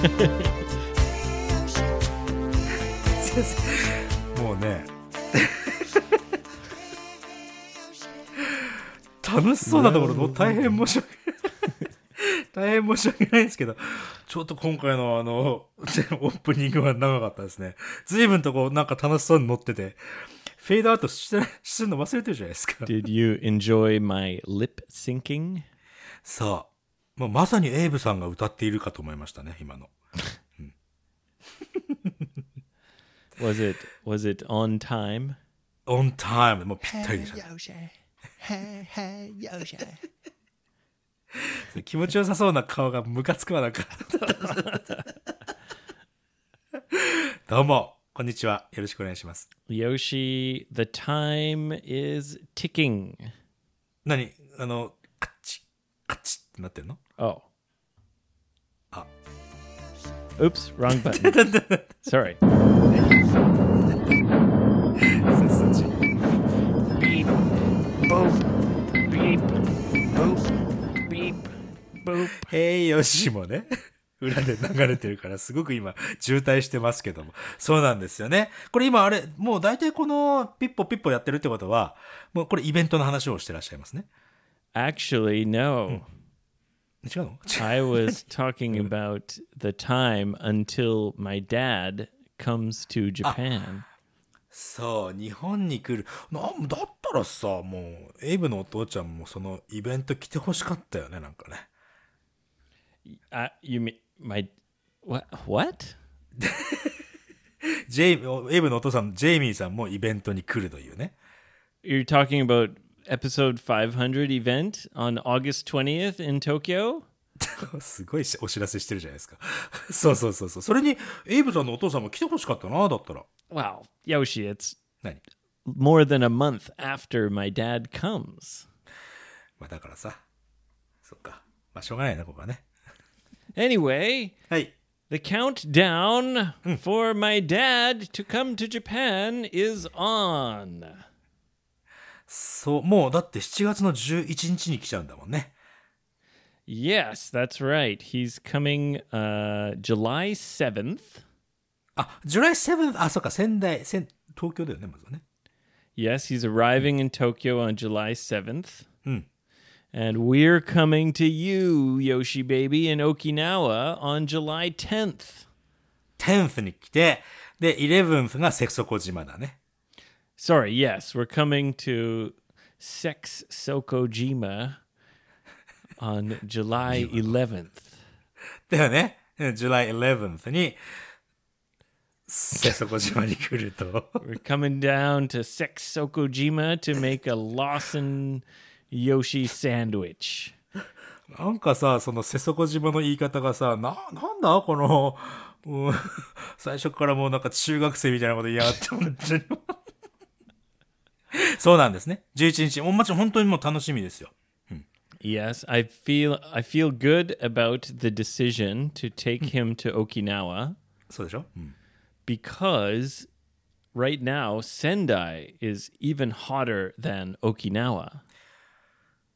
もうね楽しそうなところもう大変申し訳ない大変申し訳ないんですけどちょっと今回の あのオープニングは長かったですね随分とこうなんか楽しそうに乗っててフェードアウトして するの忘れてるじゃないですか Did you enjoy my lip syncing? さあ、まあ、まさにエイブさんが歌っているかと思いましたね今の Was it was it on time? オンタイムもうぴったりでしたね気持ちよさそうな顔がムカつくわなん かどうもこんにちはよろしくお願いします Yoshi, the time is ticking. 何あのカチッカチッってなってんの Oh. Ah. Oops, wrong button. Sorry. 「へいよし」もね 裏で流れてるからすごく今渋滞してますけどもそうなんですよねこれ今あれもう大体このピッポピッポやってるってことはもうこれイベントの話をしてらっしゃいますね Actually, no. 違うの I was talking about the time until my dad comes to Japan. そう、日本に来る。なんだったらさ、もう、エイブのお父ちゃんもそのイベント来てほしかったよね、なんかね。 I, Uh, you mean my what? What? ジェイエイブのお父さん、ジェイミーさんもイベントに来るというね。 You're talking about episode 500 event on August 20th in Tokyo? すごいしお知らせしてるじゃないですか。 そうそうそうそう。それに、エイブさんのお父さんも来てほしかったな、だったら。 Wow, Yoshi, it's 何 more than a month after my dad comes. まあだからさ、そっか。まあしょうがないな、ここはね。 Anyway, はい。 the countdown for my dad to come to Japan is on. そう、もうだって7月の11日に来ちゃうんだもんね。 Yes, that's right. He's coming uh, July 7th. あ、ジュライ7、あ、そっか、仙台、仙東京だよね、まずはね。 Yes, he's arriving in Tokyo on July 7th. And we're coming to you, Yoshi Baby, in Okinawa on July 10th. 10th に来て、で、11th がセクソコ島だね。 Sorry, yes, we're coming to Sex Sokojima on July 11th. だよね。うん July 11th に、セクソコ島に来ると。 We're coming down to Sex Sokojima to make a Lawson Yoshi sandwich. なんかさ、そのセソコ島の言い方がさ、な、なんだこの、うん、 最初からもうなんか中学生みたいなこと言いやがって、本当に。 そうなんですね。11日。もうもちろん本当にもう楽しみですよ。 Yes, I feel I feel good about the decision to take him to Okinawa そうでしょ、うん、 because right now Sendai is even hotter than Okinawa.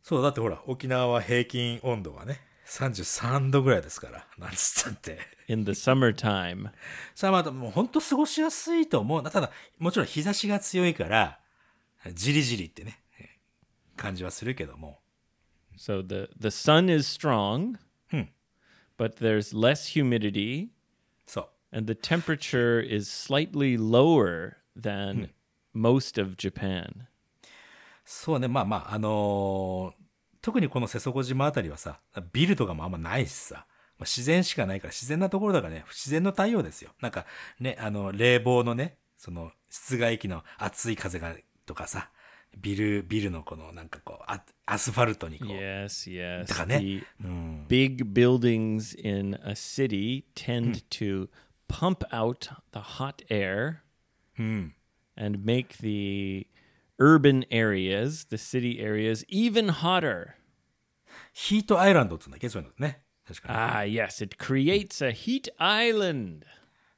そう、だってほら、沖縄は平均温度がね、33度ぐらいですから。なんつったって。 in the summertime. さあまたもう本当過ごしやすいと思うな。ただ、もちろん日差しが強いから、じりじりってね、えー感じはするけども。 So the the sun is strong, but there's less humidity そう。 and the temperature is slightly lower than most of Japan. そうね、まあまあ、あのー特にこの瀬底島あたりはさ、ビルとかもあんまないしさ、まあ自然しかないから自然なところだからね、自然の太陽ですよ。なんかね、あの、冷房のね、その、室外機の熱い風が、とかさ、ビル、ビルのこの、なんかこう、あアスファルトにこう、 Yes, yes. だからね、 The big buildings in a city tend to pump out the hot air and make the urban areas, the city areas, even hotter. ヒートアイランドって言うんだっけそういうのね。確かに。 Ah, yes, it creates a heat island.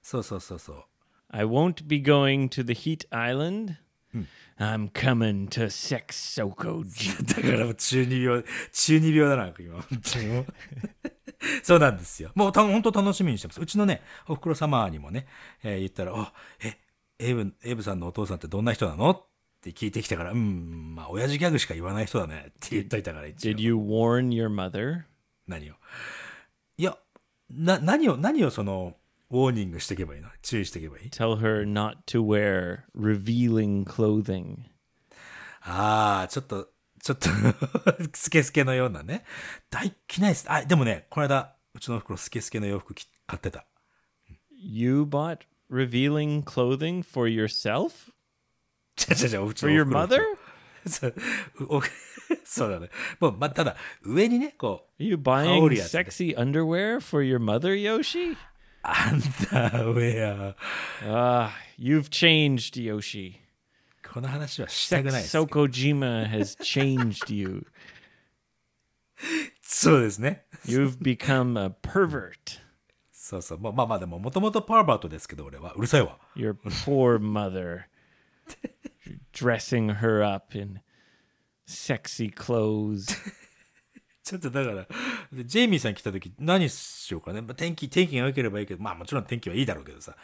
そうそうそうそう。 I won't be going to the heat island. I'm coming to Sexoko. だからもう中二病、中二病だな、今、本当にもう。そうなんですよ。もうた本当楽しみにしてます。うちのね、おふくろ様にもね、えー言ったら、あ、え、エイブ、エイブさんのお父さんってどんな人なのって聞いてきたから、うん、まあ、親父ギャグしか言わない人だねって言っといたから、一応 Did you warn your mother? 何を。いや、な、何を、何をその、ウォーニングしていけばいいの注意していけばいい Tell her not to wear revealing clothing. ああ、ちょっと、ちょっと、 スケスケのようなね。大着ないです。あ、でもね、この間、うちのおふくろスケスケの洋服着買ってた。 You bought revealing clothing for yourself? じゃじゃ じゃ、うち For の your おふくろ mother? そうお そうだね。もう、まあ、ただ、上にね、こう、 Are you How old buying are you? sexy underwear for your mother, Yoshi? アンダーウェア。 Ah, you've changed, Yoshi. この話はしたくないです。 Sokojima has changed you. そうですね。 You've become a pervert. そうそう。まあまあまあ、でも、もともとパーバートですけど、俺は。うるさいわ。 Your poor mother. You're dressing her up in sexy clothes. ちょっとだから、でジェイミーさん来た時、何しようかね。まあ、天気、天気が良ければいいけど、まあもちろん天気はいいだろうけどさ。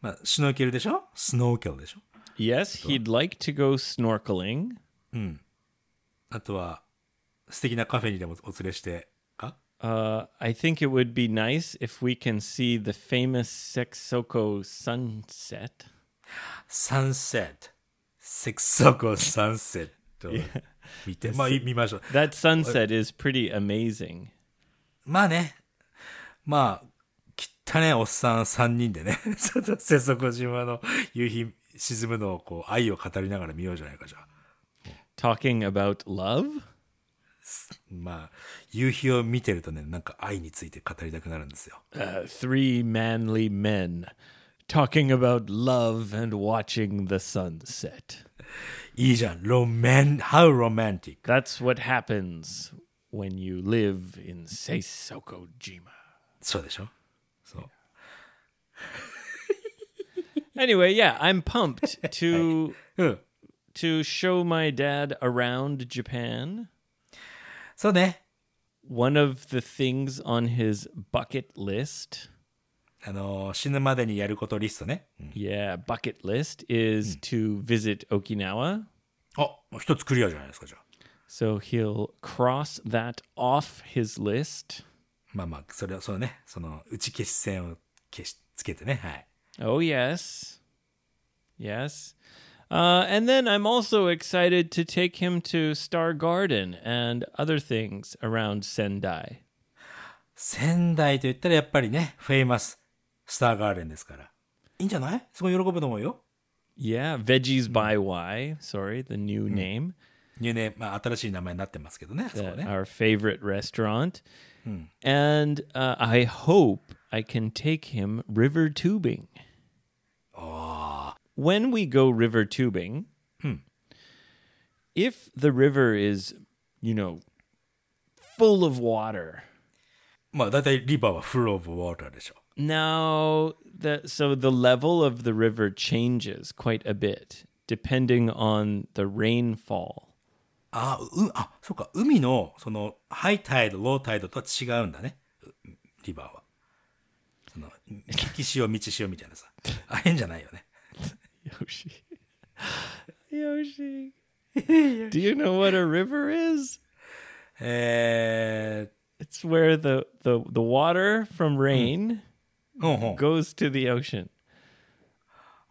まあ、シュノーケルでしょスノーケルでしょ Yes, he'd like to go snorkeling. あとは、素敵なカフェにでもお連れしてか Uh, I think it would be nice if we can see the famous Sexoko sunset. サンセット。セクソコサンセット。見て、まあい見ましょう。 That sunset is pretty amazing. まあね。まあ、きったねおっさん3人でね、 ちょっと瀬底島の夕日沈むのをこう愛を語りながら見ようじゃないかじゃあ。 Talking about love? まあ、夕日を見てるとね、なんか愛について語りたくなるんですよ。 Uh, three manly men talking about love and watching the sunset. いいじゃん。ロマン、how romantic. That's what happens when you live in Seisokojima. そうでしょそう。 Anyway, yeah, I'm pumped to うん。 to show my dad around Japan. そうね。 one of the things on his bucket list, あのー死ぬまでにやることリストね。うん yeah, bucket list, is to visit Okinawa. あ、一つクリアじゃないですか、じゃあ。 So he'll cross that off his list. まあまあ、それは、そのね、その、打ち消し線を消し、つけてね。はい。 Oh, yes. Yes. Uh, and then I'm also excited to take him to Star Garden and other things around Sendai. 仙台と言ったらやっぱりね、フェイマス、スターガーデンですから。いいんじゃないすごい喜ぶと思うよ。 Yeah, Veggies by Y. Sorry, the new name. ニューネームまあ、新しい名前になってますけどね、そこ at ね。 our favorite restaurant. And uh, I hope I can take him river tubing. When we go river tubing, if the river is, you know, full of water, まあ、だいたいリバーはフルオブウォーターでしょ。 now the so the level of the river changes quite a bit depending on the rainfall. あ、う、あ、そうか、海の、その、ハイタイド、ロータイドとは違うんだね。うリバーは。その、引き潮、道潮みたいなさ。あ、変じゃないよね。 Yoshi. Yoshi. Do you know what a river is? え It's where the, the, the water from rain ー、うんうん。 goes to the ocean.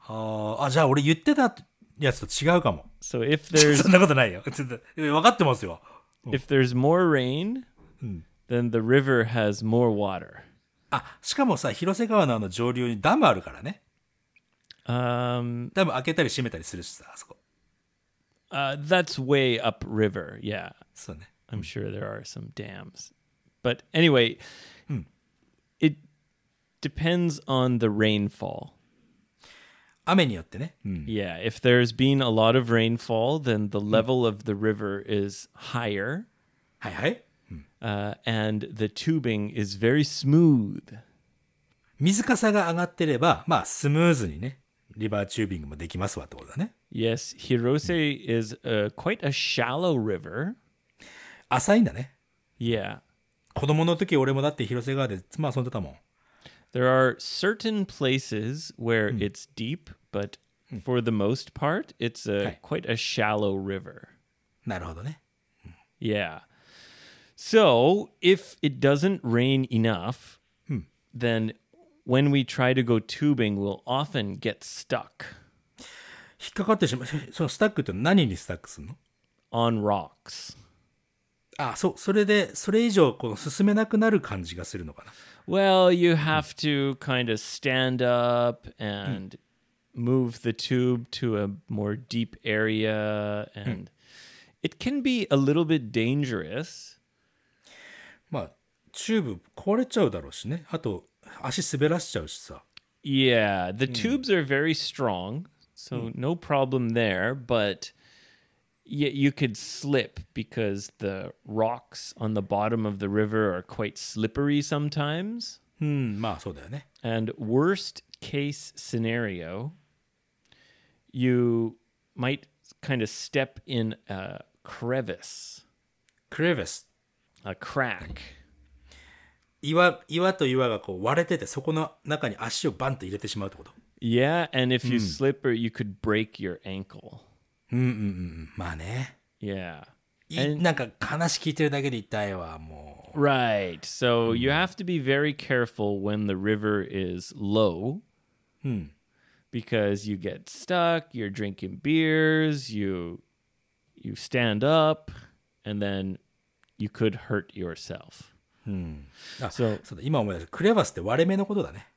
あーあ、じゃあ俺言ってたやつと違うかも。 So if there's そんなことないよ。 ちょっと分かってますよ。 if there's more rain, then the river has more water. あ、しかもさ、広瀬川のあの上流にダムあるからね。 Um, ダム開けたり閉めたりするしさ、あそこ。 uh, that's way up river. Yeah, そうね。 I'm sure there are some dams, but anyway, it depends on the rainfall. 雨によってね。うん。 Yeah, if there's been a lot of rainfall, then the level of the river is higher, はいはい。 uh, and the tubing is very smooth. 水かさが上がってれば、まあ、スムーズにね、リバーチュービングもできますわってことだね。 Yes, Hirose is uh, quite a shallow river. 浅いんだね。 Yeah, こ子供の時俺もだって広瀬川で妻遊んでたもん。 There are certain places where it's deep, but for the most part, it's a Hi. quite a shallow river. なるほどね。 Yeah. So if it doesn't rain enough, then when we try to go tubing, we'll often get stuck 引っかかってしまう。そのスタックって何にスタックするの on rocks. あ、そう。それで、それ以上この進めなくなる感じがするのかな。 Well, you have to kind of stand up and move the tube to a more deep area, and it can be a little bit dangerous. まあ、チューブ壊れちゃうだろうしね。あと、足滑らしちゃうしさ。 Yeah, the tubes are very strong, so no problem there, but y you could slip because the rocks on the bottom of the river are quite slippery sometimes. うん、まあそうだよね。 And worst case scenario, you might kind of step in a crevice, クレヴェス。 a crack. 岩、岩と岩がこう割れてて、そこの中に足をバンと入れてしまうってこと。 Yeah, and if you slip or you could break your ankle. まあね。 Yeah. いなんか話聞いてるだけで痛いわ、も Right. So you have to be very careful when the river is low. Because you get stuck, you're drinking beers, you you stand up, and then you could hurt yourself. う。あ、そうそうだ、今思い出した。クレバスって割れ目のことだね。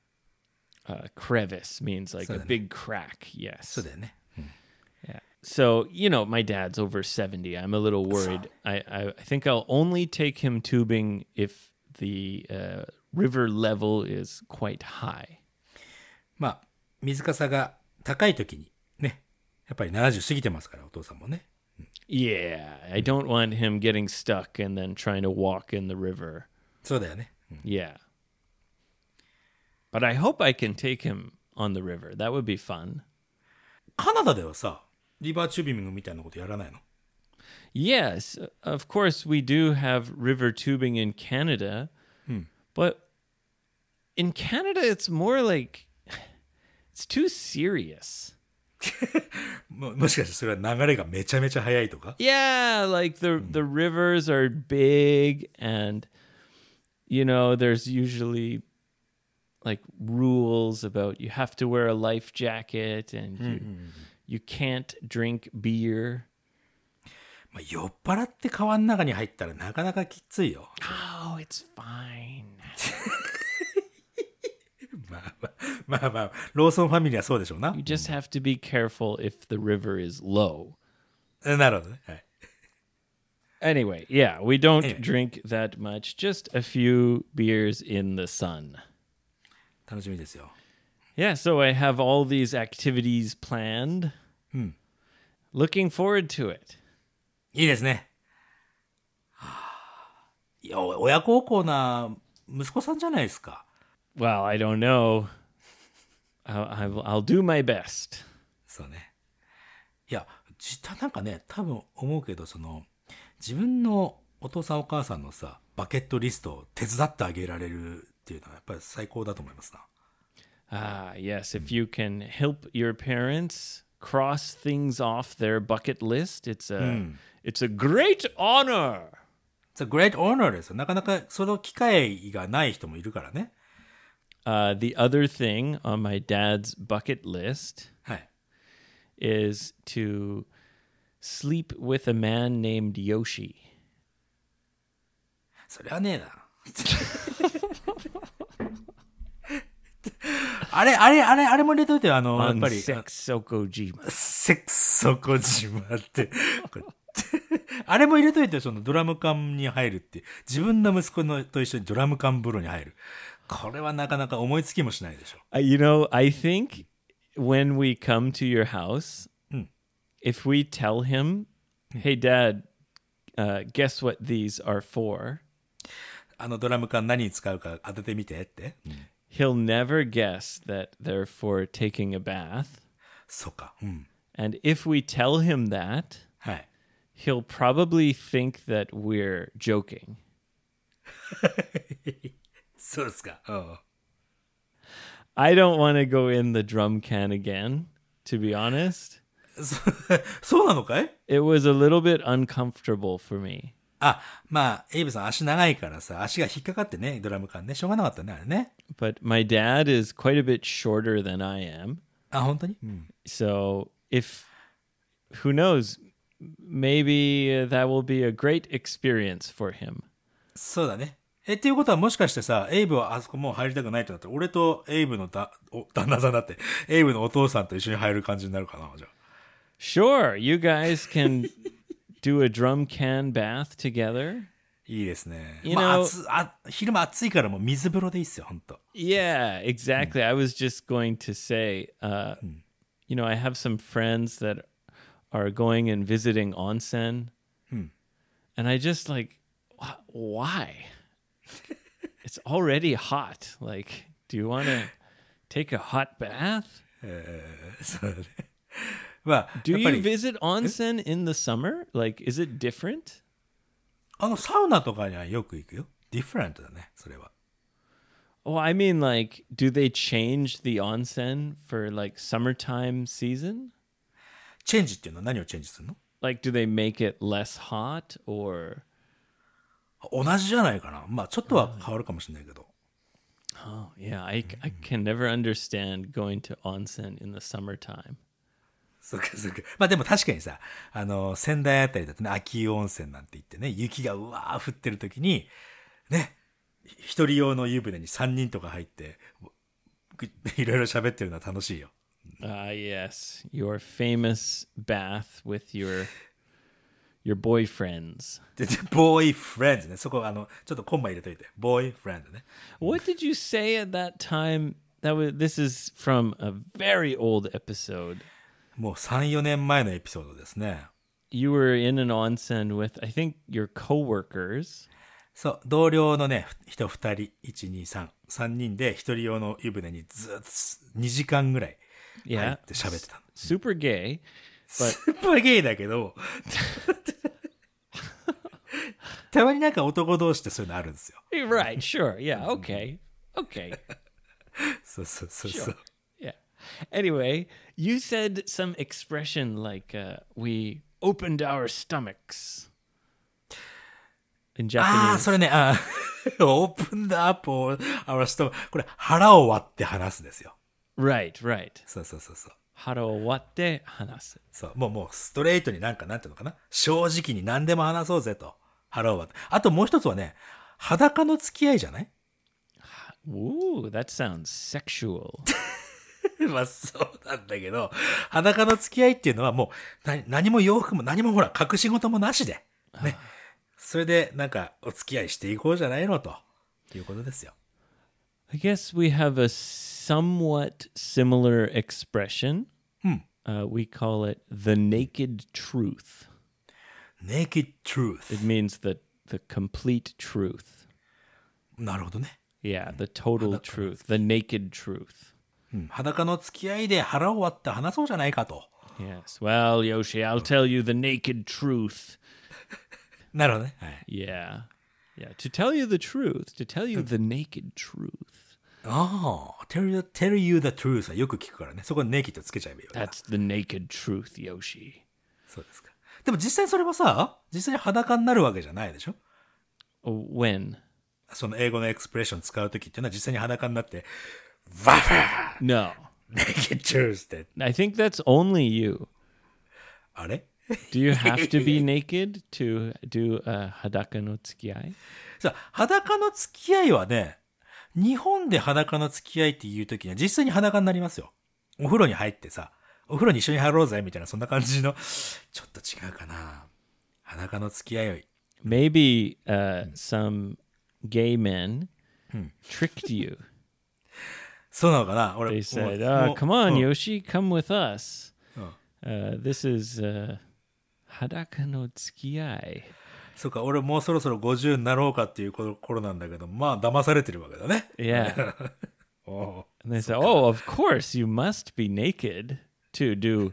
Uh, crevice means like a big crack. Yes. そうだよね。 So, you know, my dad's over 70. I'm a little worried. I, I, I think I'll only take him tubing if the uh, river level is quite high. まあ、水かさが高い時に、ね。やっぱり70過ぎてますから、お父さんもね。 Yeah, I don't want him getting stuck and then trying to walk in the river. そうだよね。うん Yeah. But I hope I can take him on the river. That would be fun. カナダではさ、リバーチュービングみたいなことやらないの Yes, of course, we do have river tubing in Canada, but in Canada, it's more like it's too serious. ももしかしてそれは流れがめちゃめちゃ速いとか Yeah, like the the rivers are big and you know, there's usually like rules about you have to wear a life jacket and you you can't drink beer. まあ、酔っ払って川の中に入ったらなかなかきついよ。 Oh, it's fine. まあまあ、まあまあ、ローソンファミリーはそうでしょうな You。just have to be careful if the river is low. えなるほどね。はい。 Anyway, yeah, we don't Anyway. drink that much, just a few beers in the sun. 楽しみですよ。 Yeah, so I have all these activities planned. Looking forward to it. いいですね。はあいや、お親孝行な息子さんじゃないですか。 Well, I don't know. I'll, I'll, I'll do my best. そうね。いや、実はなんかね、多分思うけど、その、自分のお父さんお母さんのさ、バケットリストを手伝ってあげられるっていうのはやっぱり最高だと思いますな。 Ah, yes, if you can help your parents cross things off their bucket list, it's a it's a great honor. It's a great honor ですよ。なかなかその機会がない人もいるからね。 Uh, the other thing on my dad's bucket list はい。 is to sleep with a man named Yoshi. それはねえ な。あれ、あれ、あれ、あれも入れといてよあの、やっ On ぱり、 Sex Sokojima. セックスそこじまって。 これあれも入れといてよ、そのドラム缶に入るっていう。自分の息子のと一緒にドラム缶風呂に入る。これはなかなか思いつきもしないでしょ。 Uh, you know, I think when we come to your house, if we tell him, "Hey, Dad, uh, guess what these are for," あのドラム缶何に使うか当ててみてって。 he'll never guess that they're for taking a bath. そうか。うん。 And if we tell him that, はい。 he'll probably think that we're joking. そうですか。うん。 I don't want to go in the drum can again, to be honest. そ そうなのかい It was a little bit uncomfortable for me. あ、まあ、エイブさん足長いからさ、足が引っかかってね、ドラム缶ね。しょうがなかったね、あれね。 But my dad is quite a bit shorter than I am. あ、本当に、 So, if who knows, maybe uh, that will be a great experience for him. そうだね。え、っていうことはもしかしてさ、エイブはあそこもう入りたくないってなったら、俺とエイブのだ、お、旦那さんだって、エイブのお父さんと一緒に入る感じになるかな、じゃあ。 Sure, you guys can do a drum can bath together. いいですね。 You まあ、 know- 暑あ、昼間暑いからもう水風呂でいいっすよ、ほんと。 Yeah, exactly. I was just going to say, uh, you know, I have some friends that are going and visiting onsen, Hmm. and I just like, wh- why? it's already hot. Like, do you want to take a hot bath? そうだね。まあ、 Do やっぱ you り、 visit onsen in the summer? Like, is it different? あの、サウナとかにはよく行くよ。ディフェレントだね、それは。 Well, I mean, like, do they change the onsen for like summertime season? チェンジっていうのは何をチェンジするの Like, do they make it less hot or? 同じじゃないかな。まあ、ちょっとは変わるかもしれないけど。 Oh, yeah, I, c- I can never understand going to onsen in the summertime. そっかそっか。まあでも確かにさ、あの、仙台あたりだとね、秋湯温泉なんて言ってね、雪がうわー降ってる時に、ね、一人用の湯船に三人とか入って、ぐいろいろ喋ってるのは楽しいよ。 Ah, yes, your famous bath with your your boyfriends. で、でボーイフレンズね。そこ、あの、ちょっとコンマ入れといて。ボーイフレンズね。 What did you say at that time? That was this is from a very old episode. もう3、4年前のエピソードですね。 You were in an onsen with I think your coworkers. そう、同僚のね、ふ人二人、一二三、三人で一人用の湯船にずっと2時間ぐらい入 Yeah, って喋ってたの。 super gay. スーパーゲイだけど、たまになんか男同士ってそういうのあるんですよ。 Right, sure. Yeah, okay. Okay. そうそうそうそう。 Yeah. Anyway, you said some expression like uh, "we opened our stomachs" in ああ、 Japanese. それね、あー open the up or our stomach. これ、腹を割って話すんですよ。 Right, right. そうそうそうそう。 Harowatte hanasu. そう、もうもうストレートになんかなんていうのかな。正直に何でも話そうぜと。腹を割って。あともう一つはね、裸の付き合いじゃない Ooh, that sounds sexual. まあそうなんだけど、裸の付き合いっていうのはもう、な何も洋服も何もほら、隠し事もなしで、ね。それで、なんか、お付き合いしていこうじゃないのと、いうことですよ。 I guess we have a somewhat similar expression. Uh, we call it the naked truth. naked It truth. means the the complete truth. なるほどね。 Yeah, the total truth, the naked truth. うん裸の付き合いで腹を割って話そうじゃないかと。 Yes. Well, Yoshi, I'll tell you the naked truth. なるほどね。はい。 Yeah. Yeah. To tell you the truth, to tell you the naked truth. ああ、tell you, tell you the truth はよく聞くからね。そこに naked つけちゃえばいいよ。 That's the naked truth, Yoshi. そうですか。でも実際それはさ、実際に裸になるわけじゃないでしょ Oh, When? その英語のエクスプレッション使うときっていうのは実際に裸になって、バファー No. Naked Truth って、 I think that's only you. あれ Do you have to be naked to do uh, hadaka no tsukiyai? さあ、裸の付き合いはね、日本で裸の付き合いっていうときには実際に裸になりますよ。お風呂に入ってさ、お風呂に一緒に入ろうぜみたいなそんな感じの、ちょっと違うかな。裸の付き合いを Maybe uh, some gay men tricked you. そうなのかな俺、 They も said, う uh, もう come う on, ん Yoshi, come with us. Uh, this is uh, Hadaka no Tsukiyai. そうか、俺もうそろそろ50になろうかっていう頃なんだけど、まあ、騙されてるわけだね。 Yeah. おう And they say, oh, of course, you must be naked to do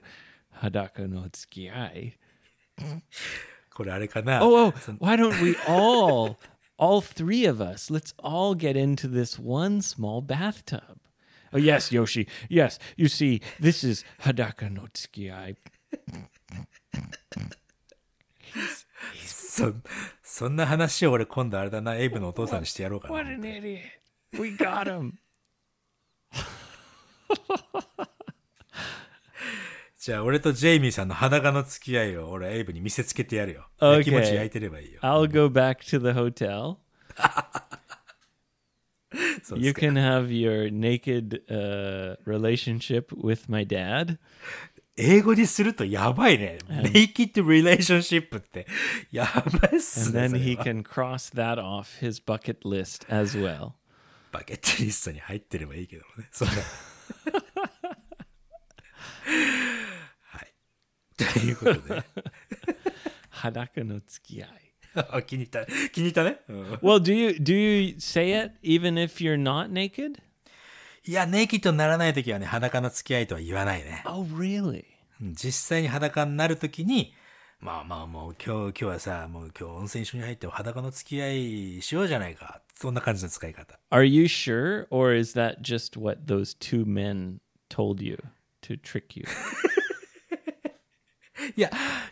Hadaka no Tsukiyai. これあれかな Oh, oh, why don't we all, all three of us, let's all get into this one small bathtub. Oh, yes, Yoshi. Yes, you see, this is Hadaka no Tsukiyai. そそんな話を俺今度あれだなエイブのお父さんにしてやろうかな What an idiot. We got him. じゃあ俺とジェイミーさんの裸の付き合いを俺エイブに見せつけてやるよ、 Okay 気持ち焼いてればいいよ I'll go back to the hotel. そうで You すか can have your naked uh, relationship with my dad. 英語にするとやばいね Make it relationship ってやばいっす And ね then それ he は can cross that off his bucket list as well. バケットリストに入ってればいいけどもねそれはいということで Hadaka no tsukiyai. あ気に入った気に入ったね、うん、 Well, do you do you say it even if you're not naked? いやネイキッドにならない時はね裸の付き合いとは言わないね Oh, really? うん実際に裸になるときに、まあまあもう今日、今日はさ、もう今日温泉一緒に入って裸の付き合いしようじゃないか。そんな感じの使い方。 Are you sure or is that just what those two men told you to trick you? いや、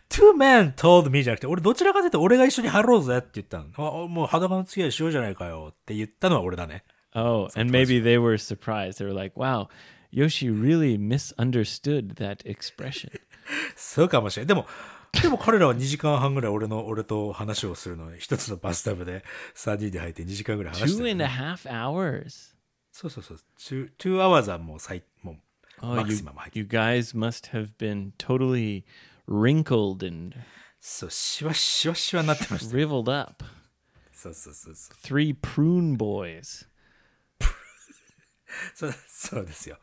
two men told me じゃなくて、俺どちらかというと俺が一緒に入ろうぜって言ったの。あもう裸の付き合いしようじゃないかよって言ったのは俺だね。 Oh, and maybe they were surprised. They were like, "Wow, Yoshi really misunderstood that expression." そうかもしれん。でも、でも彼らは2時間半ぐらい俺の、俺と話をするのに、一つのバスタブで3人で入って2時間ぐらい話して two る and a half hours. そうそうそう。two, two hours はもう最、もう、 Oh, マキ you, シマム入ってる you guys must have been totally wrinkled and そう、しわしわしわになってました。 riveled up. そうそうそうそう。 Three prune boys. そうそうですよ。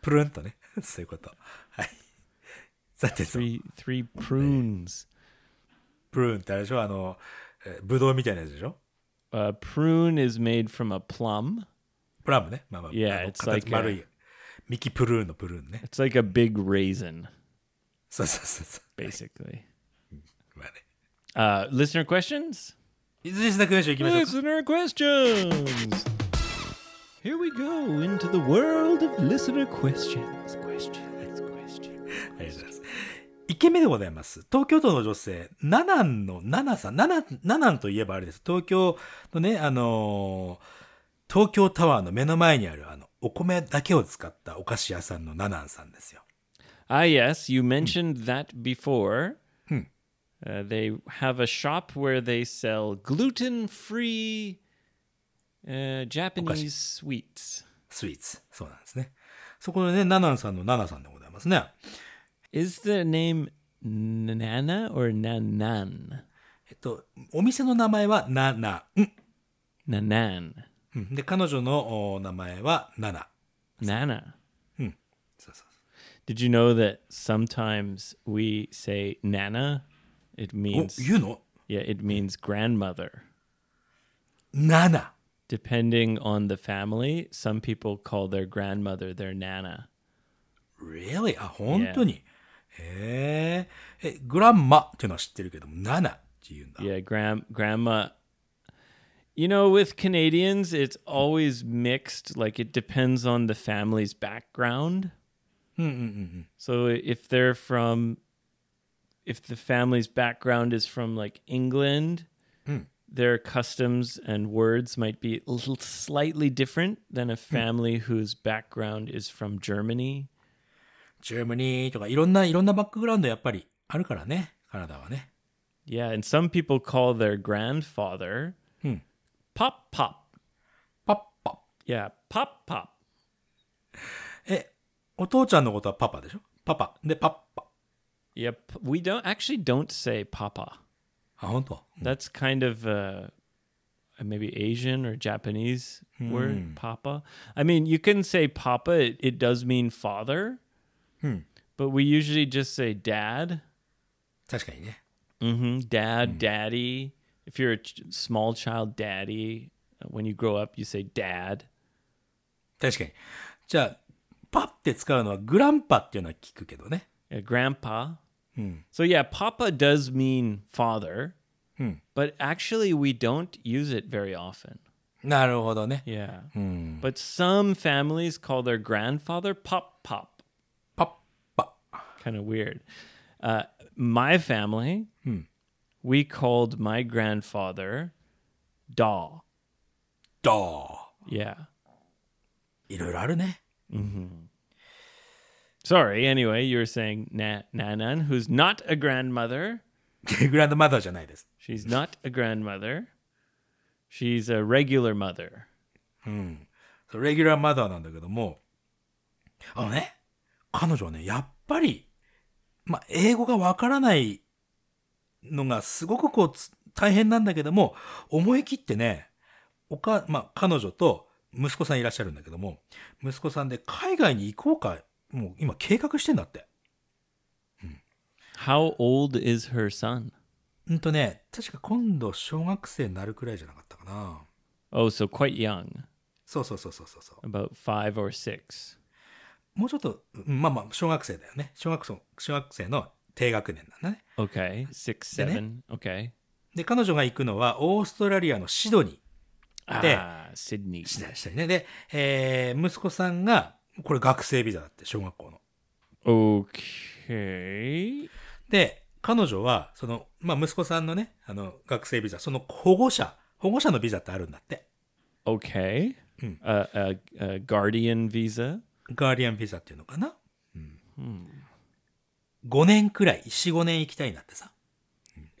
プルンとね。 そういうこと。はい。さて、そう Three three prunes. プルーンってあれでしょあの、えーぶどうみたいなやつでしょ A prune is made from a plum. プラムね。まあまあ、 Yeah, あの it's 形 like a- 丸い。ミキプルーンのプルーン ね。 It's like a big raisin, そうそうそうそ basically. う。まあね。 Uh, listener questions. いずれしなくでしょ行きましょうか。 Listener questions. Here we go into the world of listener questions. Questions. Questions. ありがとうございます。1件目でございます。東京都の女性、ナナンのナナさん。ナナ、ナナンといえばあれです。東京のね、あのー東京タワーの目の前にある、あの、お米だけを使ったお菓子屋さんのナナンさんですよ。 Ah, yes, you mentioned that before. Uh, they have a shop where they sell gluten-free uh, Japanese sweets. スイーツ。そうなんですね。そこのね、ナナンさんのナナさんでございますね。 Is the name Nana or Nanan? えっと、お店の名前はナナン。 Nanan. うんで、彼女のお名前はナナ。 Nana. そうそうそ Did you know that sometimes we say Nana? It う。お means、言うの yeah, it means grandmother. ナナ。 Depending on the family, some people call their grandmother their Nana. Really? あ、本当に。へえ。え、グランマっていうのは知ってるけども、ナナっていうんだ。 Yeah, grand grandma. You know, with Canadians, it's always mixed. Like it depends on the family's background. So if they're from, if the family's background is from like England, their customs and words might be a little slightly different than a family whose background is from Germany. ジェームニーとかいろんな、いろんなバックグラウンドやっぱりあるからね。カナダはね。 Yeah, and some people call their grandfather Pop Pop. パッパ。 Yeah, Pop Pop. え、お父ちゃんのことはパパでしょパパ。で、パッパ。 Yep. We don't actually don't say papa. あ、本当。 That's kind of uh, maybe Asian or Japanese word, papa. I mean, you can say papa, it, it does mean father. But we usually just say dad, 確かにね。 hmm dad, daddy. If you're a ch- small child, daddy. Uh, When you grow up, you say dad. 確かに。じゃあ、パって使うのはグランパっていうのは聞くけどね。Uh, Yeah, grandpa. So yeah, papa does mean father, But actually, we don't use it very often. なるほどね。 Yeah. But some families call their grandfather Pop Pop. パッパ。 Kind of weird. Uh, my family, we called my grandfather Daw. ドー。 Yeah. いろいろあるね。 Sorry. Anyway, you were saying na- Nanan, who's not a grandmother. グランドマザーじゃないです。 She's not a grandmother. She's a regular mother. そうレギュラーマザーなんだけども、あのね、彼女はね、やっぱり、まあ、英語がわからないのがすごくこうつ、大変なんだけども、思い切ってね、おか、まあ、彼女と息子さんいらっしゃるんだけども、息子さんで海外に行こうか、もう今計画してんだって。 How old is her son? うんとね、確か今度小学生になるくらいじゃなかったかな。 Oh, so quite young, そうそうそうそうそうそう。 about five or six. もうちょっと、うんまあまあ、小学生だよね。小学生、小学生の低学年なんだね。 Okay, six, Didn't it? seven. Okay. で、彼女が行くのは、オーストラリアのシドニで Ah, Sydney. ー。したりね。で、えー息子さんが、これ学生ビザだって、小学校の。 Okay. で、彼女は、その、まあ、息子さんのね、あの、学生ビザ、その保護者、保護者のビザってあるんだって。 Okay. Uh, uh, uh, guardian visa. ガーディアンビザっていうのかな。うん。5年くらい、4、5年行きたいなってさ。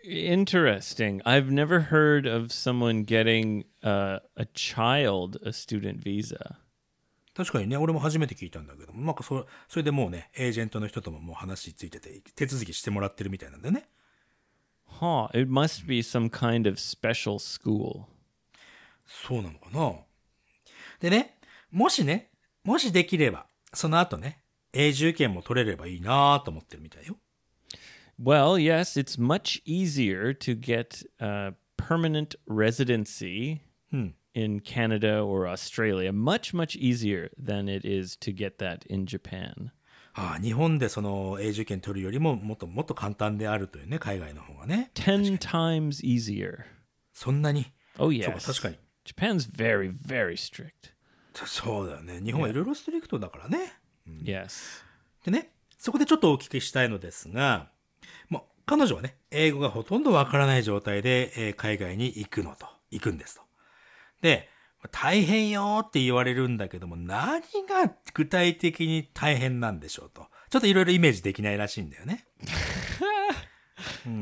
Interesting. I've never heard of someone getting uh, a child a student visa. 確かにね、俺も初めて聞いたんだけども、なんかそ、それでもうね、エージェントの人とももう話ついてて、手続きしてもらってるみたいなんだよね。 Huh. It must be some kind of special school. そうなのかなでね、もしね、もしできれば、その後ね、永住権も取れればいいなぁと思ってるみたいよ。 Well, yes, it's much easier to get uh, permanent residency in Canada or Australia. Much, much easier than it is to get that in Japan. ああ、日本でその永住権取るよりももっともっと簡単であるというね、海外の方がね。 Ten times easier. そんなに。 Oh, そうか yes. 確かに。 Japan's very, very strict. そうだよね。日本はいろいろストリクトだからね。Mm. Yes. でね、そこでちょっとお聞きしたいのですが、もう彼女はね、英語がほとんどわからない状態で、えー海外に行くのと、行くんですと。で、大変よって言われるんだけども、何が具体的に大変なんでしょうと。ちょっといろいろイメージできないらしいんだよね。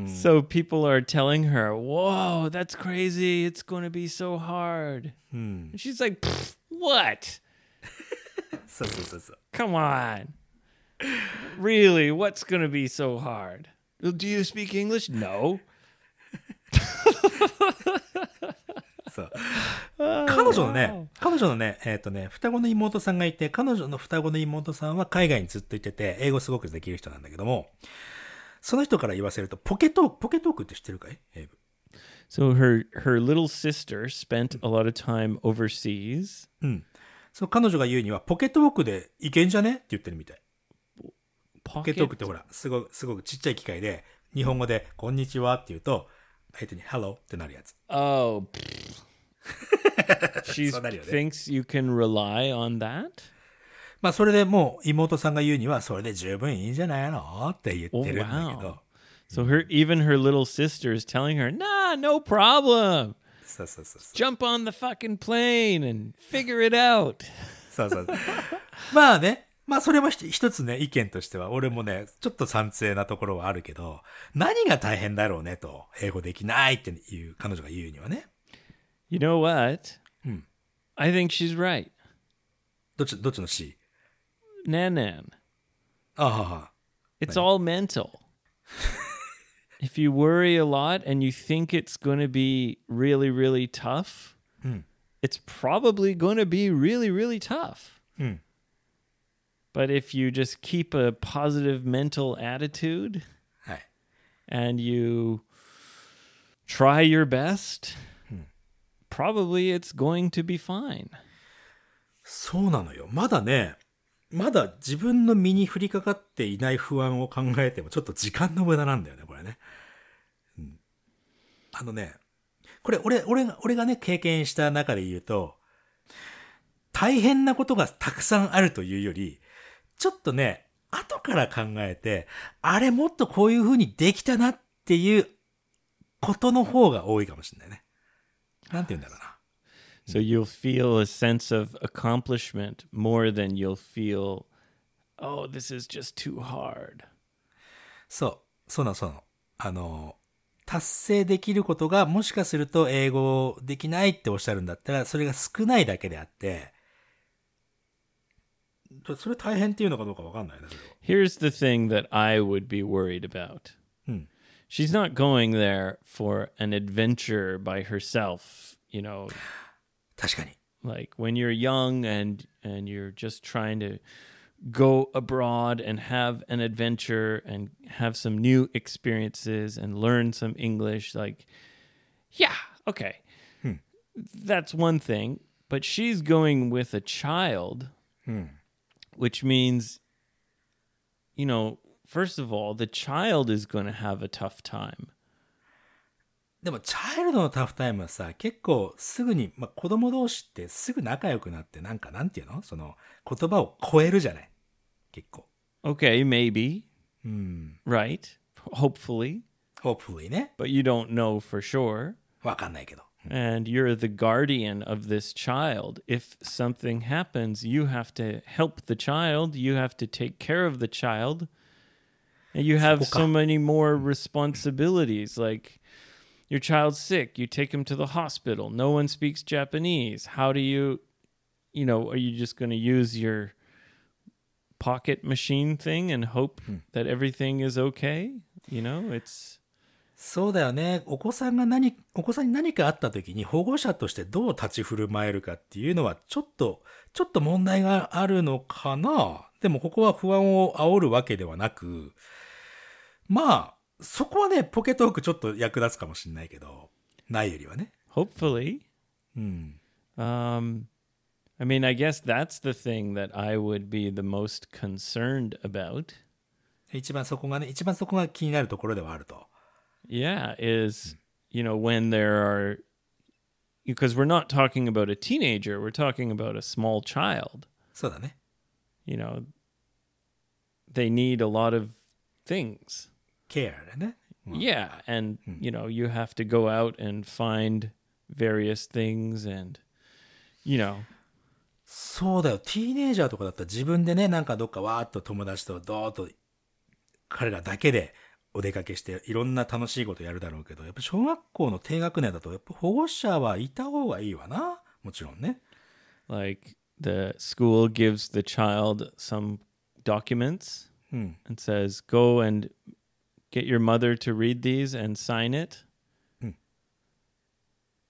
So people are telling her, Whoa, that's crazy. It's going to be so hard. And She's like, "Pfft, What? そうそうそうそう。 Come on. Really, what's going to be so hard? Well, Do you speak English? No. そう。彼女のね、彼女のね、えっ、とね、双子の妹さんがいて、彼女の双子の妹さんは海外にずっといてて、英語すごくできる人なんだけども、その人から言わせると、ポケトーク、ポケトークって知ってるかい英語 So her her little sister spent a lot of time overseas. その彼女が言うには、ポケトークでいけんじゃねって言ってるみたい。ポケトークってほら、すごく、すごくちっちゃい機械で、日本語で、こんにちはって言うと、相手に、hello ってなるやつ。 Oh. she Scenario, yeah. thinks you can rely on that. まあ、それでもう、妹さんが言うには、それで十分いいんじゃないのって言ってるんだけ Oh, wow. ど、 So her even her little sister is telling her, "Nah, no problem. そうそうそうそう。 Jump on the fucking plane and figure it out." そうそう。まあね。まあそれもひ一つね、意見としては、俺もね、ちょっと賛成なところはあるけど、何が大変だろうねと、英語できないっていう彼女が言うにはね。 You know what? I think she's right. どっち、どっちの C? Nan Nan. ああ、 It's all mental. if you worry a lot and you think it's going to be really, really tough, it's probably going to be really, really tough. But if you just keep a positive mental attitude はい。 and you try your best, probably it's going to be fine. そうなのよ。まだね、まだ自分の身に降りかかっていない不安を考えても、ちょっと時間の無駄なんだよね、これね。うん、あのね、これ俺、俺が、俺がね、経験した中で言うと、大変なことがたくさんあるというより、ちょっとね、後から考えて、あれもっとこういう風にできたなっていうことの方が多いかもしれないね。なんて言うんだろうな。 So you'll feel a sense of accomplishment more than you'll feel, oh, this is just too hard. そう。そうなの、そうなの。あの、達成できることがもしかすると英語できないっておっしゃるんだったら、それが少ないだけであって、そそれ大変っていうのかどうかわかんないな、それは Here's the thing that I would be worried about. Hmm. She's not going there for an adventure by herself, you know, 確かに。 like when you're young and and you're just trying to go abroad and have an adventure and have some new experiences and learn some english like yeah okay that's one thing but she's going with a child which means you know first of all the child is going to have a tough time でも、チャイルドのタフタイムはさ、結構すぐに、まあ、子供同士ってすぐ仲良くなって、なんか、なんていうのその、言葉を超えるじゃない結構。 okay maybe うん。 right hopefully hopefully ね。 but you don't know for sure わかんないけど。 and you're the guardian of this child. If something happens, you have to help the child, you have to take care of the child. And you have so many more responsibilities like your child's sick, you take him to the hospital. No one speaks Japanese. How do you you know, are you just going to use your pocket machine thing and hope that everything is okay? You know, it's そうだよね。お子さんが何、お子さんに何かあった時に保護者としてどう立ち振る舞えるかっていうのはちょっと、ちょっと問題があるのかなでもここは不安を煽るわけではなく、まあ、そこはね、ポケトークちょっと役立つかもしれないけど、ないよりはね。 hopefully うん。 Um, I mean, I guess that's the thing that I would be the most concerned about. 一番そこがね、一番そこが気になるところではあると。 Yeah, is, you know, when there are, because we're not talking about a teenager, we're talking about a small child. そうだね。 You know, they need a lot of things. ケアだね。 Yeah, and, you know, you have to go out and find various things and, you know, そうだよ。ティーネイジャーとかだったら自分でね、なんかどっかわーっと友達とどーっと彼らだけでお出かけしていろんな楽しいことやるだろうけど、やっぱ小学校の低学年だとやっぱ保護者はいた方がいいわな。もちろんね。 like the school gives the child some documents and says go and get your mother to read these and sign it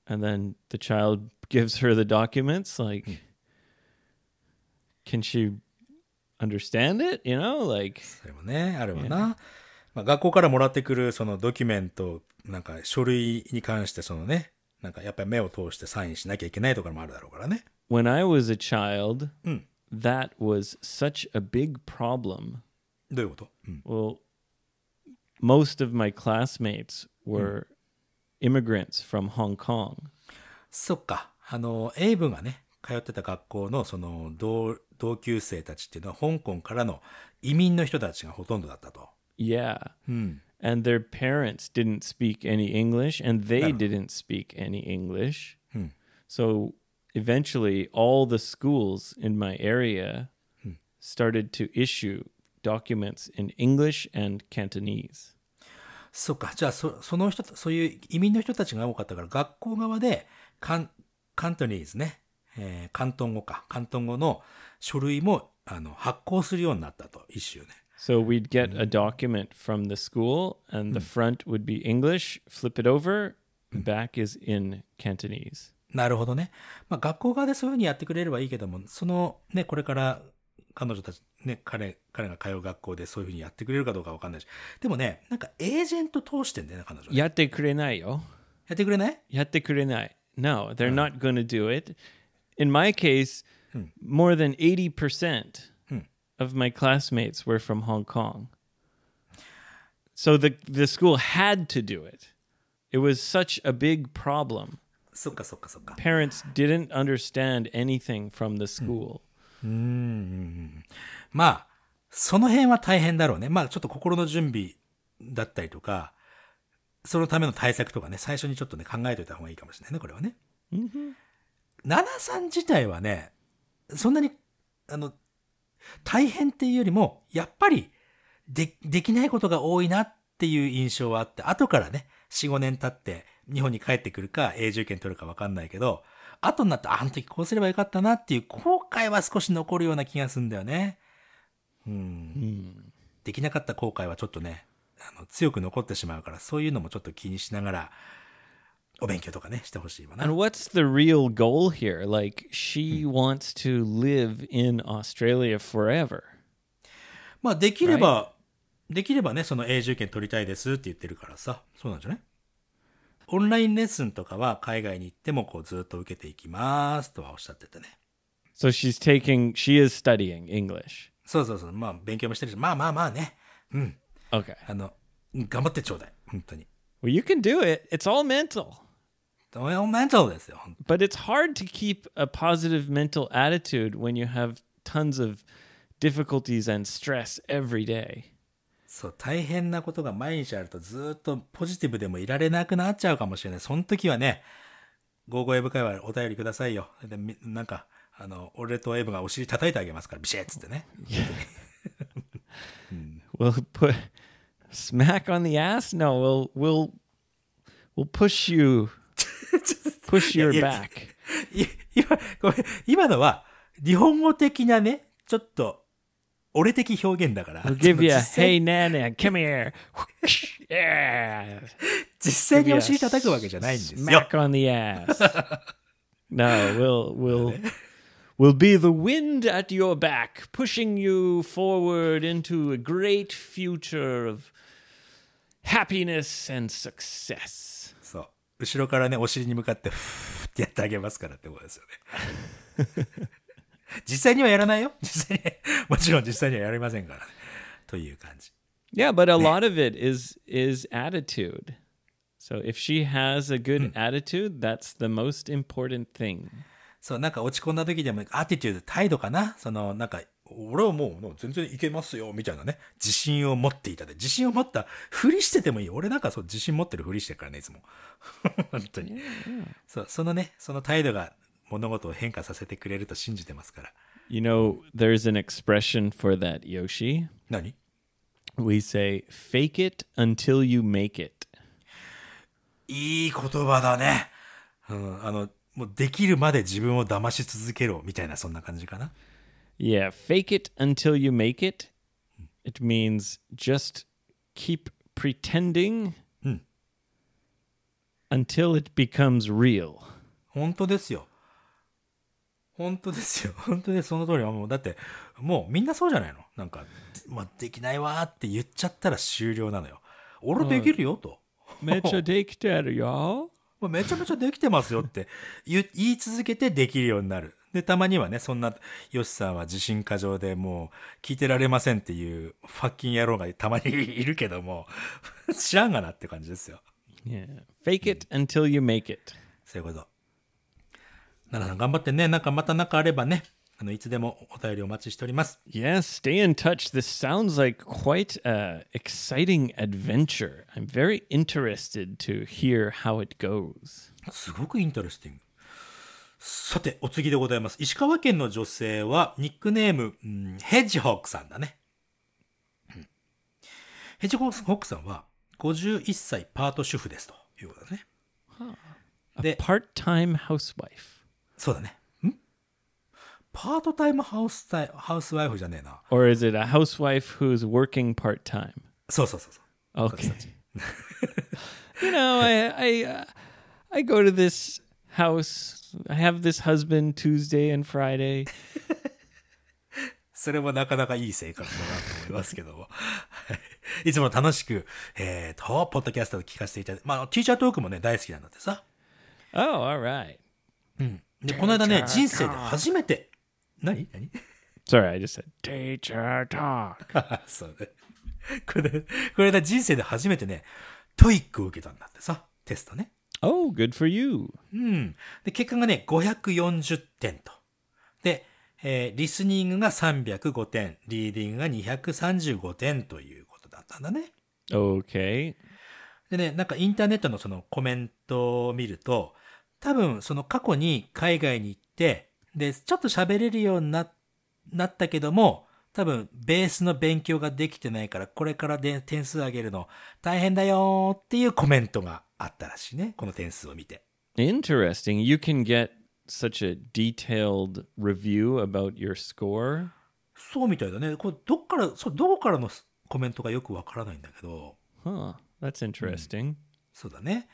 and then the child gives her the documents like can she understand it you know like それもね、あるわな。まあ、学校からもらってくるそのドキュメント、なんか書類に関してそのね、なんかやっぱり目を通してサインしなきゃいけないとかもあるだろうからね。 when i was a child that was such a big problem どういうことうん。 Well, most of my classmates were immigrants from Hong Kong. そっか。あの、エイブがね、通ってた学校の、その、同、同級生たちっていうのは、香港からの移民の人たちがほとんどだったと。 Yeah. And their parents didn't speak any English and they didn't speak any English. So eventually, all the schools in my area started to issue documents in English and Cantonese. そっか。じゃあ、そ、その人、そういう移民の人たちが多かったから、学校側で、カン、カントリーズね、えー、関東語か。関東語の書類も、あの、発行するようになったと。一周ね。 So we'd get a document from the school, and the front would be English, flip it over, back is in Cantonese. なるほどね。まあ、学校側でそういうふうにやってくれればいいけども、そのね、これから彼女たち、ね、彼、彼が通う学校でそういうふうにやってくれるかどうかわかんないし。でもね、なんかエージェント通してんだよね、彼女ね。やってくれないよ。やってくれないやってくれない. No, they're not going to do it. In my case, more than 80% of my classmates were from Hong Kong. So the, the school had to do it. It was such a big problem. そっかそっかそっか。 Parents didn't understand anything from the school. まあ、その辺は大変だろうね。まあ、ちょっと心の準備だったりとか、そのための対策とかね、最初にちょっとね、考えといた方がいいかもしれないね、これはね。奈々さん自体はね、そんなに、あの、大変っていうよりも、やっぱり、で、できないことが多いなっていう印象はあって、後からね、4、5年経って、日本に帰ってくるか、永住権取るか分かんないけど、後になって、ああの時こうすればよかったなっていう後悔は少し残るような気がするんだよね。できなかった後悔はちょっとね、あの強く残ってしまうから、そういうのもちょっと気にしながら、お勉強とかね、してほしいわな。 And what's the real goal here? Like, she wants to live in Australia forever. まあ、できれば、できればね、その永住権取りたいですって言ってるからさ、そうなんじゃないオンラインレッスンとかは海外に行ってもこうずっと受けていきますとはおっしゃっててね。 So she's taking, she is studying English. そうそうそう、まあ勉強もしてるし、まあまあまあね、うん、 Okay. あの、うん頑張ってちょうだい、本当に。 Well, you can do it. It's all mental. ドメオメンタルですよ、本当 But it's hard to keep a positive mental attitude when you have tons of difficulties and stress every day. そう、大変なことが毎日あるとずーっとポジティブでもいられなくなっちゃうかもしれない。その時はね、ゴーゴーエブ会はお便りくださいよ。でみなんか、あの、俺とエブがお尻叩いてあげますから、ビシッつってね。 We'll put smack on the ass. No, we'll we'll we'll push you push your yeah. back. い今、ごめん今のは、日本語的なね、ちょっと、俺的表現だから。 We'll give you その a 実際 hey nana, come here. yeah. 実際に Yeah, お尻叩くわけじゃないんですよ Smack。on the ass. no, we'll we'll we'll be the wind at your back, pushing you forward into a great future of happiness and success. そう。後ろからね、お尻に向かって、ふーってやってあげますからってことですよね。 実際にはやらないよ。実際に。もちろん実際にはやりませんからね。という感じ。 Yeah, but a lot of it is is attitude. So if she has a good attitude, that's the most important thing. そう、なんか落ち込んだ時でも、アティチュード、態度かなその、なんか、俺はもうもう全然いけますよ、みたいなね。自信を持っていたで。自信を持ったふりしててもいい。俺なんかそう、自信持ってるふりしてるからね、いつも。 本当に。そう、そのね、その態度が物事を変化させてくれると信じてますから。 You know, there's an expression for that, Yoshi. 何 We say fake it until you make it. いい言葉だね。うん、あの、もうできるまで自分を騙し続けろ、みたいな、そんな感じかな。 Yeah, fake it until you make it. It means just keep pretending until it becomes real. 本当ですよ。本当ですよ。 本当です。その通り。もう、だって、もうみんなそうじゃないのなんか、まあ、できないわーって言っちゃったら終了なのよ。俺できるよ、と。めっちゃできてるよ。まあめちゃめちゃできてますよって言う言い続けてできるようになる。で、たまにはね、そんな、ヨシさんは自信過剰でもう聞いてられませんっていうファッキン野郎がたまにいるけども、 知らんがなって感じですよ。 Yeah. Fake it until you make it. そういうこと。奈々さん頑張ってね、なんかまたなんかあればね、あの、いつでもお便りお待ちしております。 Yeah, stay in touch. This sounds like quite a exciting adventure. I'm very interested to hear how it goes. すごくインタレスティング。さて、お次でございます。石川県の女性は、ニックネーム、うんヘッジホークさんだね。うんヘッジホークさんは、51歳パート主婦ですということだね。 A The- part-time housewife. そうだね。んパートタイムハウスタイ、ハウスワイフじゃねえな。 Or is it a housewife who's working part-time? そうそうそうそう。 Okay. you know, I I uh, I go to this house. I have this husband Tuesday and Friday. それもなかなかいい生活だなと思いますけども。はいいつも楽しく、えーと、ポッドキャストを聞かせていただいて、まあ、ティーチャートークもね、大好きなんだってさ。 Oh, all right. で、この間ね、人生で初めて、何何 Sorry, I just said teacher talk. あそうね。これ、これだ、人生で初めてね、トイックを受けたんだってさ。テストね。 Oh, good for you. うん。で、結果がね、540点と。で、えーリスニングが305点、リーディングが235点ということだったんだね。 Okay. でね、なんかインターネットのそのコメントを見ると、多分その過去に海外に行って、で、ちょっと喋れるようにな、なったけども、多分ベースの勉強ができてないから、これからで点数上げるの大変だよーっていうコメントがあったらしいね。この点数を見て。 Interesting. You can get such a detailed review about your score. そうみたいだね。これどっから、そう、どこからのコメントがよくわからないんだけど、 Huh. That's interesting. そうだね。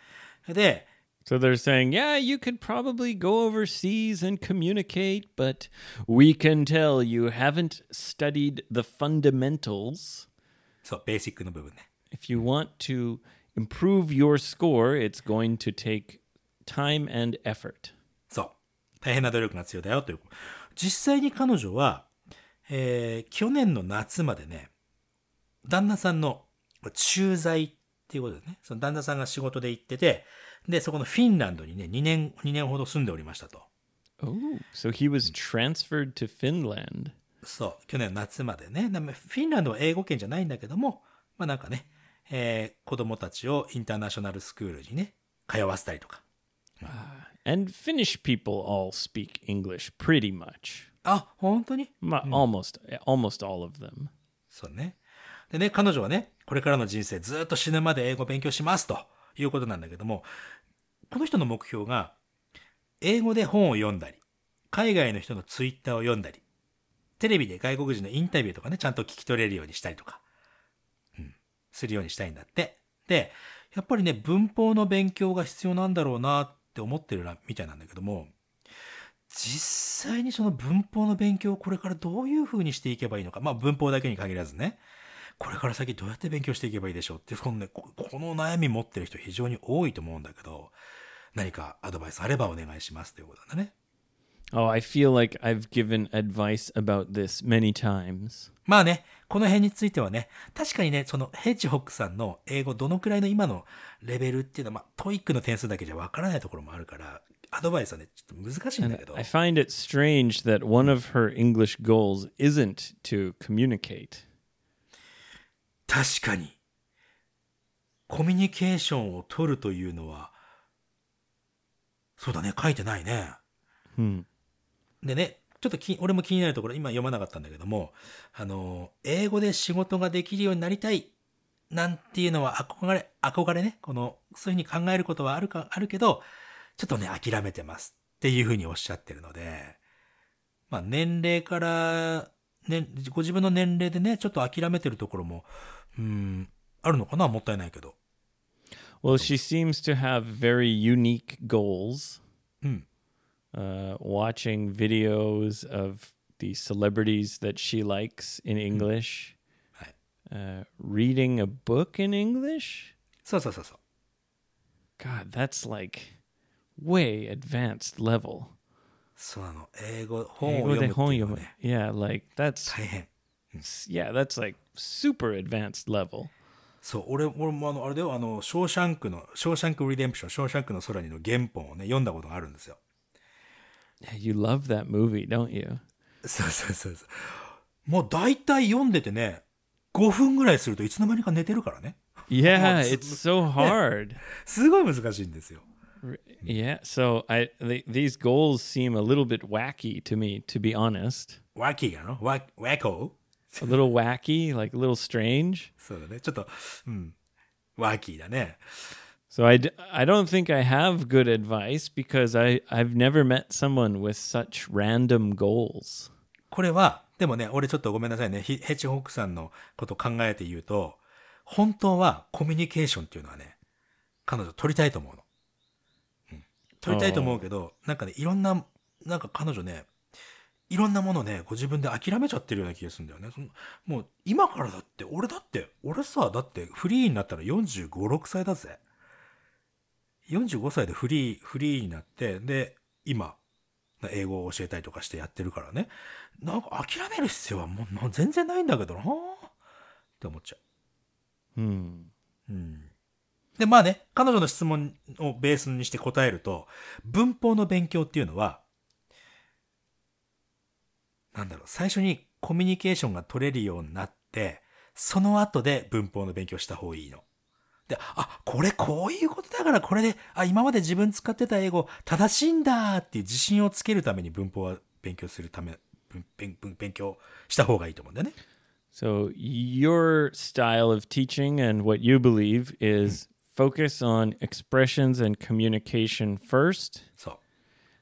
で、 So they're saying, yeah, you could probably go overseas and communicate, but we can tell you haven't studied the fundamentals. そう、ベーシックの部分ね。 If you want to improve your score, it's going to take time and effort. そう。大変な努力が必要だよという。実際に彼女は、えー去年の夏までね、旦那さんの駐在っていうことでね、その旦那さんが仕事で行ってて、で、そこのフィンランドにね、2年、2年ほど住んでおりましたと。 Oh, so he was transferred to Finland. そう、去年の夏までね、なフィンランドは英語圏じゃないんだけども、まあなんかね、えー子供たちをインターナショナルスクールにね、通わせたりとか。 And Finnish people all speak English pretty much. あ、本当に Ma- Almost, almost all of them. そうね。でね、彼女はね、これからの人生ずっと死ぬまで英語を勉強しますということなんだけども、この人の目標が、英語で本を読んだり、海外の人のツイッターを読んだり、テレビで外国人のインタビューとかね、ちゃんと聞き取れるようにしたりとか、うん、するようにしたいんだって。で、やっぱりね、文法の勉強が必要なんだろうなって思ってるらみたいなんだけども、実際にその文法の勉強をこれからどういうふうにしていけばいいのか。まあ文法だけに限らずね。これから先どうやって勉強していけばいいでしょうっていう、このね、ここの悩み持ってる人非常に多いと思うんだけど、何かアドバイスあればお願いしますということだね。 Oh, I feel like I've given advice about this many times. まあね、この辺についてはね、確かにね、そのヘッジホックさんの英語どのくらいの今のレベルっていうのは、まあトイックの点数だけじゃわからないところもあるから、アドバイスはね、ちょっと難しいんだけど I。find it strange that one of her English goals isn't to communicate. 確かに。コミュニケーションを取るというのは、そうだね、書いてないね。でね、ちょっとき俺も気になるところ、今読まなかったんだけども、あの、英語で仕事ができるようになりたい、なんていうのは憧れ、憧れね、この、そういうふうに考えることはあるか、あるけど、ちょっとね、諦めてますっていうふうにおっしゃってるので、まあ年齢から、ね、ご自分の年齢でね、ちょっと諦めてるところも、うん、あるのかなもったいないけど。 Well, she seems to have very unique goals. Hmm. Uh, watching videos of the celebrities that she likes in English, はい。 uh, reading a book in English. そうそうそうそう。 God, that's like way advanced level. そうなの。英語、本を読むっていうのは英語で本読む。ね、 Yeah, like that's 大変。 yeah, that's like super advanced level. そう、俺、俺もあの、あれだよ、あの、ショーシャンクの、ショーシャンク・リデンプション、ショーシャンクの空にの原本をね、読んだことがあるんですよ。 Yeah, You love that movie, don't you? そうそうそうそう。もう大体読んでてね、5分ぐらいするといつの間にか寝てるからね。 Yeah, it's- it's so hard. すごい難しいんですよ。 Yeah, so I th- these goals seem a little bit wacky to me, to be honest. ワキやのワ、ワコ A little wacky, like a little strange. そうだね。ちょっと、うん。ワキだね。 So I, d- I don't think I have good advice because I, I've never met someone with such random goals. これは、でもね、俺ちょっとごめんなさいね。ヒヘッジホックさんのことを考えて言うと、本当はコミュニケーションっていうのはね、彼女取りたいと思うの。うん、取りたいと思うけど、なんかね、いろんな、なんか彼女ね、いろんなものね、ご自分で諦めちゃってるような気がするんだよね。そのもう今からだって、俺だって、俺さ、だってフリーになったら45、6歳だぜ。45歳でフリー、フリーになって、で、今、英語を教えたりとかしてやってるからね。なんか諦める必要はもうな全然ないんだけどなって思っちゃ Hmm. う。うん。で、まあね、彼女の質問をベースにして答えると、文法の勉強っていうのは、なんだろう、最初にコミュニケーションが取れるようになって、その後で文法の勉強した方がいいの。で、あ、これこういうことだから、これで、あ、今まで自分使ってた英語正しいんだっていう自信をつけるために文法は勉強するため、文勉勉勉強した方がいいと思うんだよね。 So your style of teaching and what you believe is focus on expressions and communication first そ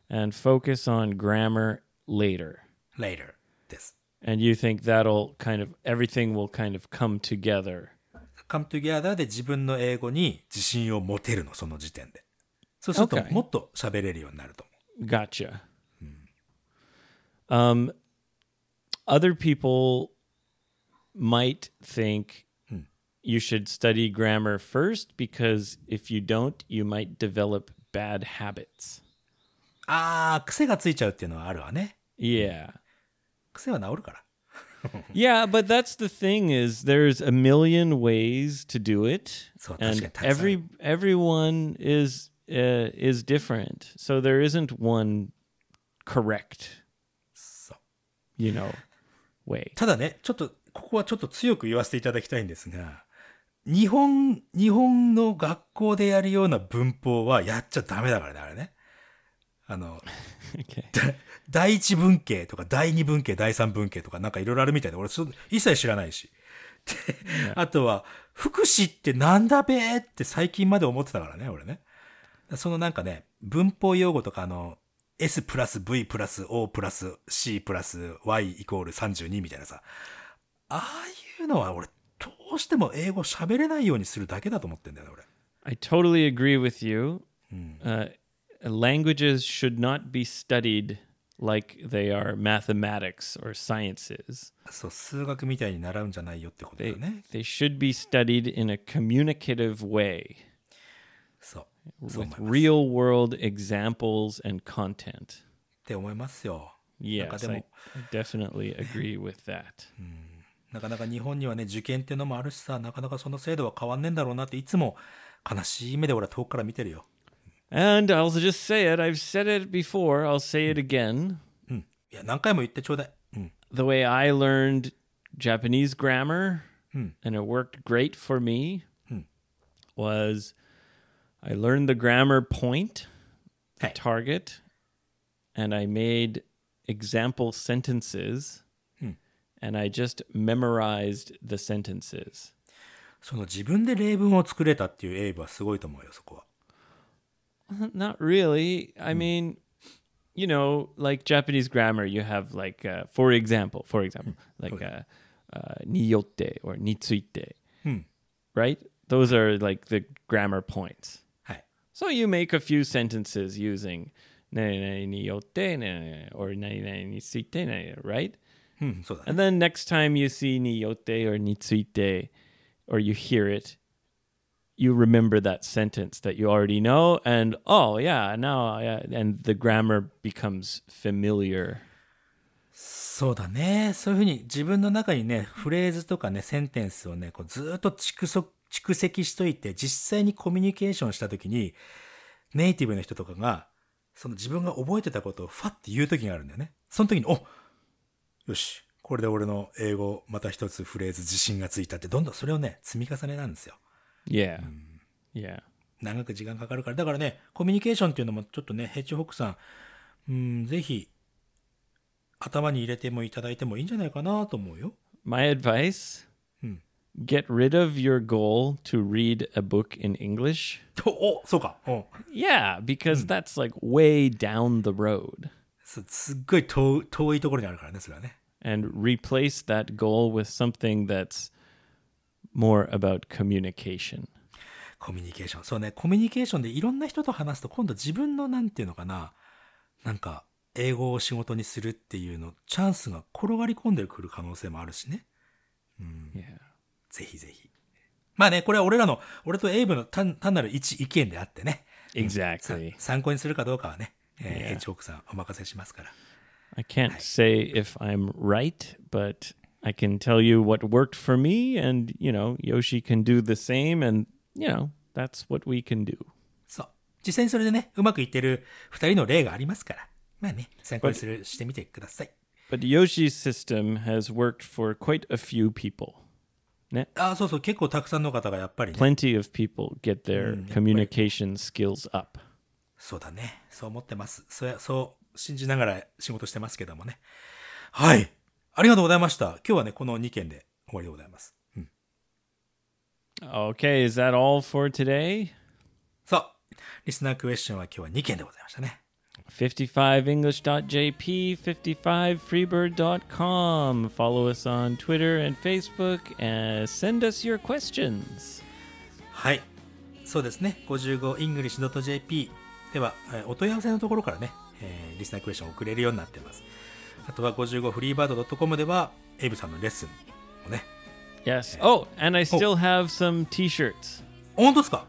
and focus on grammar later. う。later です。 And you think that'll kind of everything will kind of come together. come together で自分の英語に自信を持てるの、その時点で。そうすると、 Okay. もっと喋れるようになると思う。 Gotcha. Um, other people might think you should study grammar first because if you don't, you might develop bad habits. あー、癖がついちゃうっていうのはあるわね。 Yeah. 癖は治るから。 Yeah, but that's the thing is there's a million ways to do it, So, and that's good. every everyone is uh, is different. So there isn't one correct, So. you know, way. ただね、ちょっと、ここはちょっと強く言わせていただきたいんですが、日本、日本の学校でやるような文法はやっちゃダメだからね、あれね。あの、 Okay. 第一文系とか第二文系、第三文系とかなんかいろいろあるみたいで、俺そ一切知らないし。で、あとは、福祉ってなんだべーって最近まで思ってたからね、俺ね。そのなんかね、文法用語とかあの、S プラス V プラス O プラス C プラス Y イコール32みたいなさ、ああいうのは俺、どうしても英語喋れないようにするだけだと思ってんだよね、俺。 I totally agree with you. Uh, languages should not be studied like they are mathematics or sciences. そう、数学みたいに習うんじゃないよってことだ They, よね。 they should be studied in a communicative way そう。そう思 with います real world examples and content. って思いますよ。なん Yes, かで I, も、 I definitely agree with that. なかなか日本にはね、受験っていうのもあるしさ、なかなかその制度は変わんねえんだろうなって、いつも悲しい目で俺は遠くから見てるよ。 And I'll just say it. I've said it before. I'll say it again. うん。いや、何回も言ってちょうだい。うん。 The way I learned Japanese grammar, and it worked great for me, was I learned the grammar point, the Hey. target, and I made example sentences, and I just memorized the sentences. その自分で例文を作れたっていうエイブはすごいと思うよ、そこは。 Not really. I mean, you know, like Japanese grammar, you have like, uh, for example, for example, like uh, uh, niyotte or nitsuite, right? Those are like the grammar points. はい。 So you make a few sentences using nani nani niyotte nani, or nani nani nitsuite, nani, right? うん、そうだね。 And then next time you see niyote or nitsuite or you hear it, you remember that sentence that you already know and oh yeah, now yeah, and the grammar becomes familiar. そうだね。そういうふうに自分の中にね、フレーズとかね、センテンスをね、こうずーっと蓄積、蓄積しといて、実際にコミュニケーションしたときに、ネイティブの人とかが、その自分が覚えてたことをファって言うときがあるんだよね。その時に、およし、これで俺の英語、また一つフレーズ自信がついたって、どんどんそれをね、積み重ねなんですよ。 Yeah. Yeah. 長く時間かかるから。だからね、コミュニケーションっていうのもちょっとね、ヘッジホックさん、うん、ぜひ、頭に入れてもいただいてもいいんじゃないかなと思うよ。 My advice, Hmm. get rid of your goal to read a book in English. お、おそうか。うん。 Yeah, because that's like way down the road. すすっごい遠い遠いところにあるからね、それはね。 and replace that goal with something that's more about communication. コミュニケーション。そうね、コミュニケーションでいろんな人と話すと、今度自分のなんていうのかな、なんか、英語を仕事にするっていうの、チャンスが転がり込んでくる可能性もあるしね。 Yeah. ぜひぜひ。まあね、これは俺らの、俺とエイブの単単なる一意見であってね、 Exactly. 参考にするかどうかはね、えーヘッジホークさんお任せしますから。 I can't say if I'm right, but I can tell you what worked for me and, you know, Yoshi can do the same and, you know, That's what we can do. そう。実際にそれでね、うまくいってる二人の例がありますから。まあね、参考にする、してみてください。 But Yoshi's system has worked for quite a few people. ねああ、そうそう、結構たくさんの方がやっぱりね、 Plenty of people get their communication skills up. そうだね。そう思ってます。そや、そう信じながら仕事してますけどもね。はい。ありがとうございました。今日はね、この2件で終わりでございます。うん。 Okay, is that all for today? そう。リスナークエスチョンは今日は2件でございましたね。 55english.jp, 55freebird.com. Follow us on Twitter and Facebook and send us your questions. はい。そうですね。55english.jp では、えーお問い合わせのところからね、えーリスナークエスチョンを送れるようになってます。あとは 55freebird.com では、エイブさんのレッスンをね。 Yes. Oh, and I still have some t shirts. 本当ですか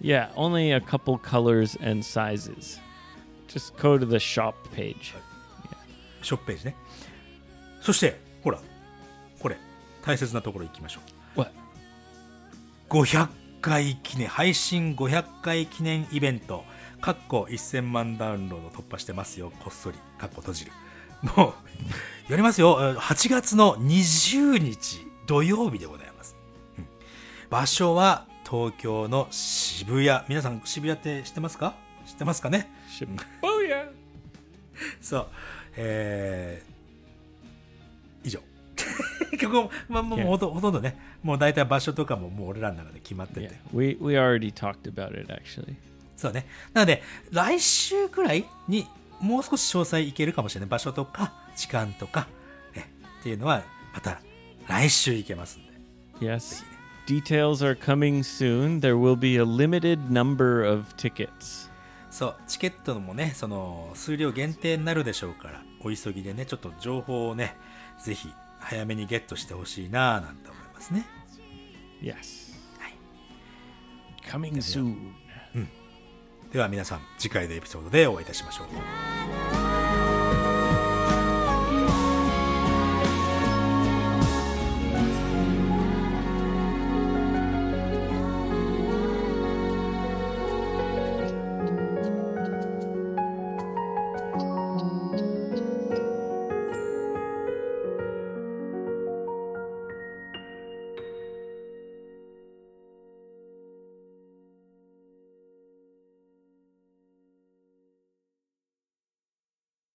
Yeah, only a couple colors and sizes. Just go to the shop page. ショップページね。そして、ほら、これ、大切なところ行きましょう。 What? 500回記念、配信500回記念イベント、かっこ1000万ダウンロード突破してますよ、こっそり、かっこ閉じる。もう、やりますよ、8月の20日土曜日でございます。うん場所は東京の渋谷。皆さん渋谷って知ってますか知ってますかね Shibuya! そう。えー以上。 ここ、まあ、もうほとほとんどね、もう大体場所とかももう俺らの中で決まってて。 Yeah, we, we already talked about it actually. そうね。なので、来週くらいにもう少し詳細いけるかもしれない。場所とか、時間とか、ね、っていうのは、また来週いけますんで。 Yes. Details are coming soon. There will be a limited number of tickets. そう、チケットもね、その、数量限定になるでしょうから、お急ぎでね、ちょっと情報をね、ぜひ、早めにゲットしてほしいなぁ、なんて思いますね。 Yes. Coming soon. では皆さん、次回のエピソードでお会いいたしましょう。 「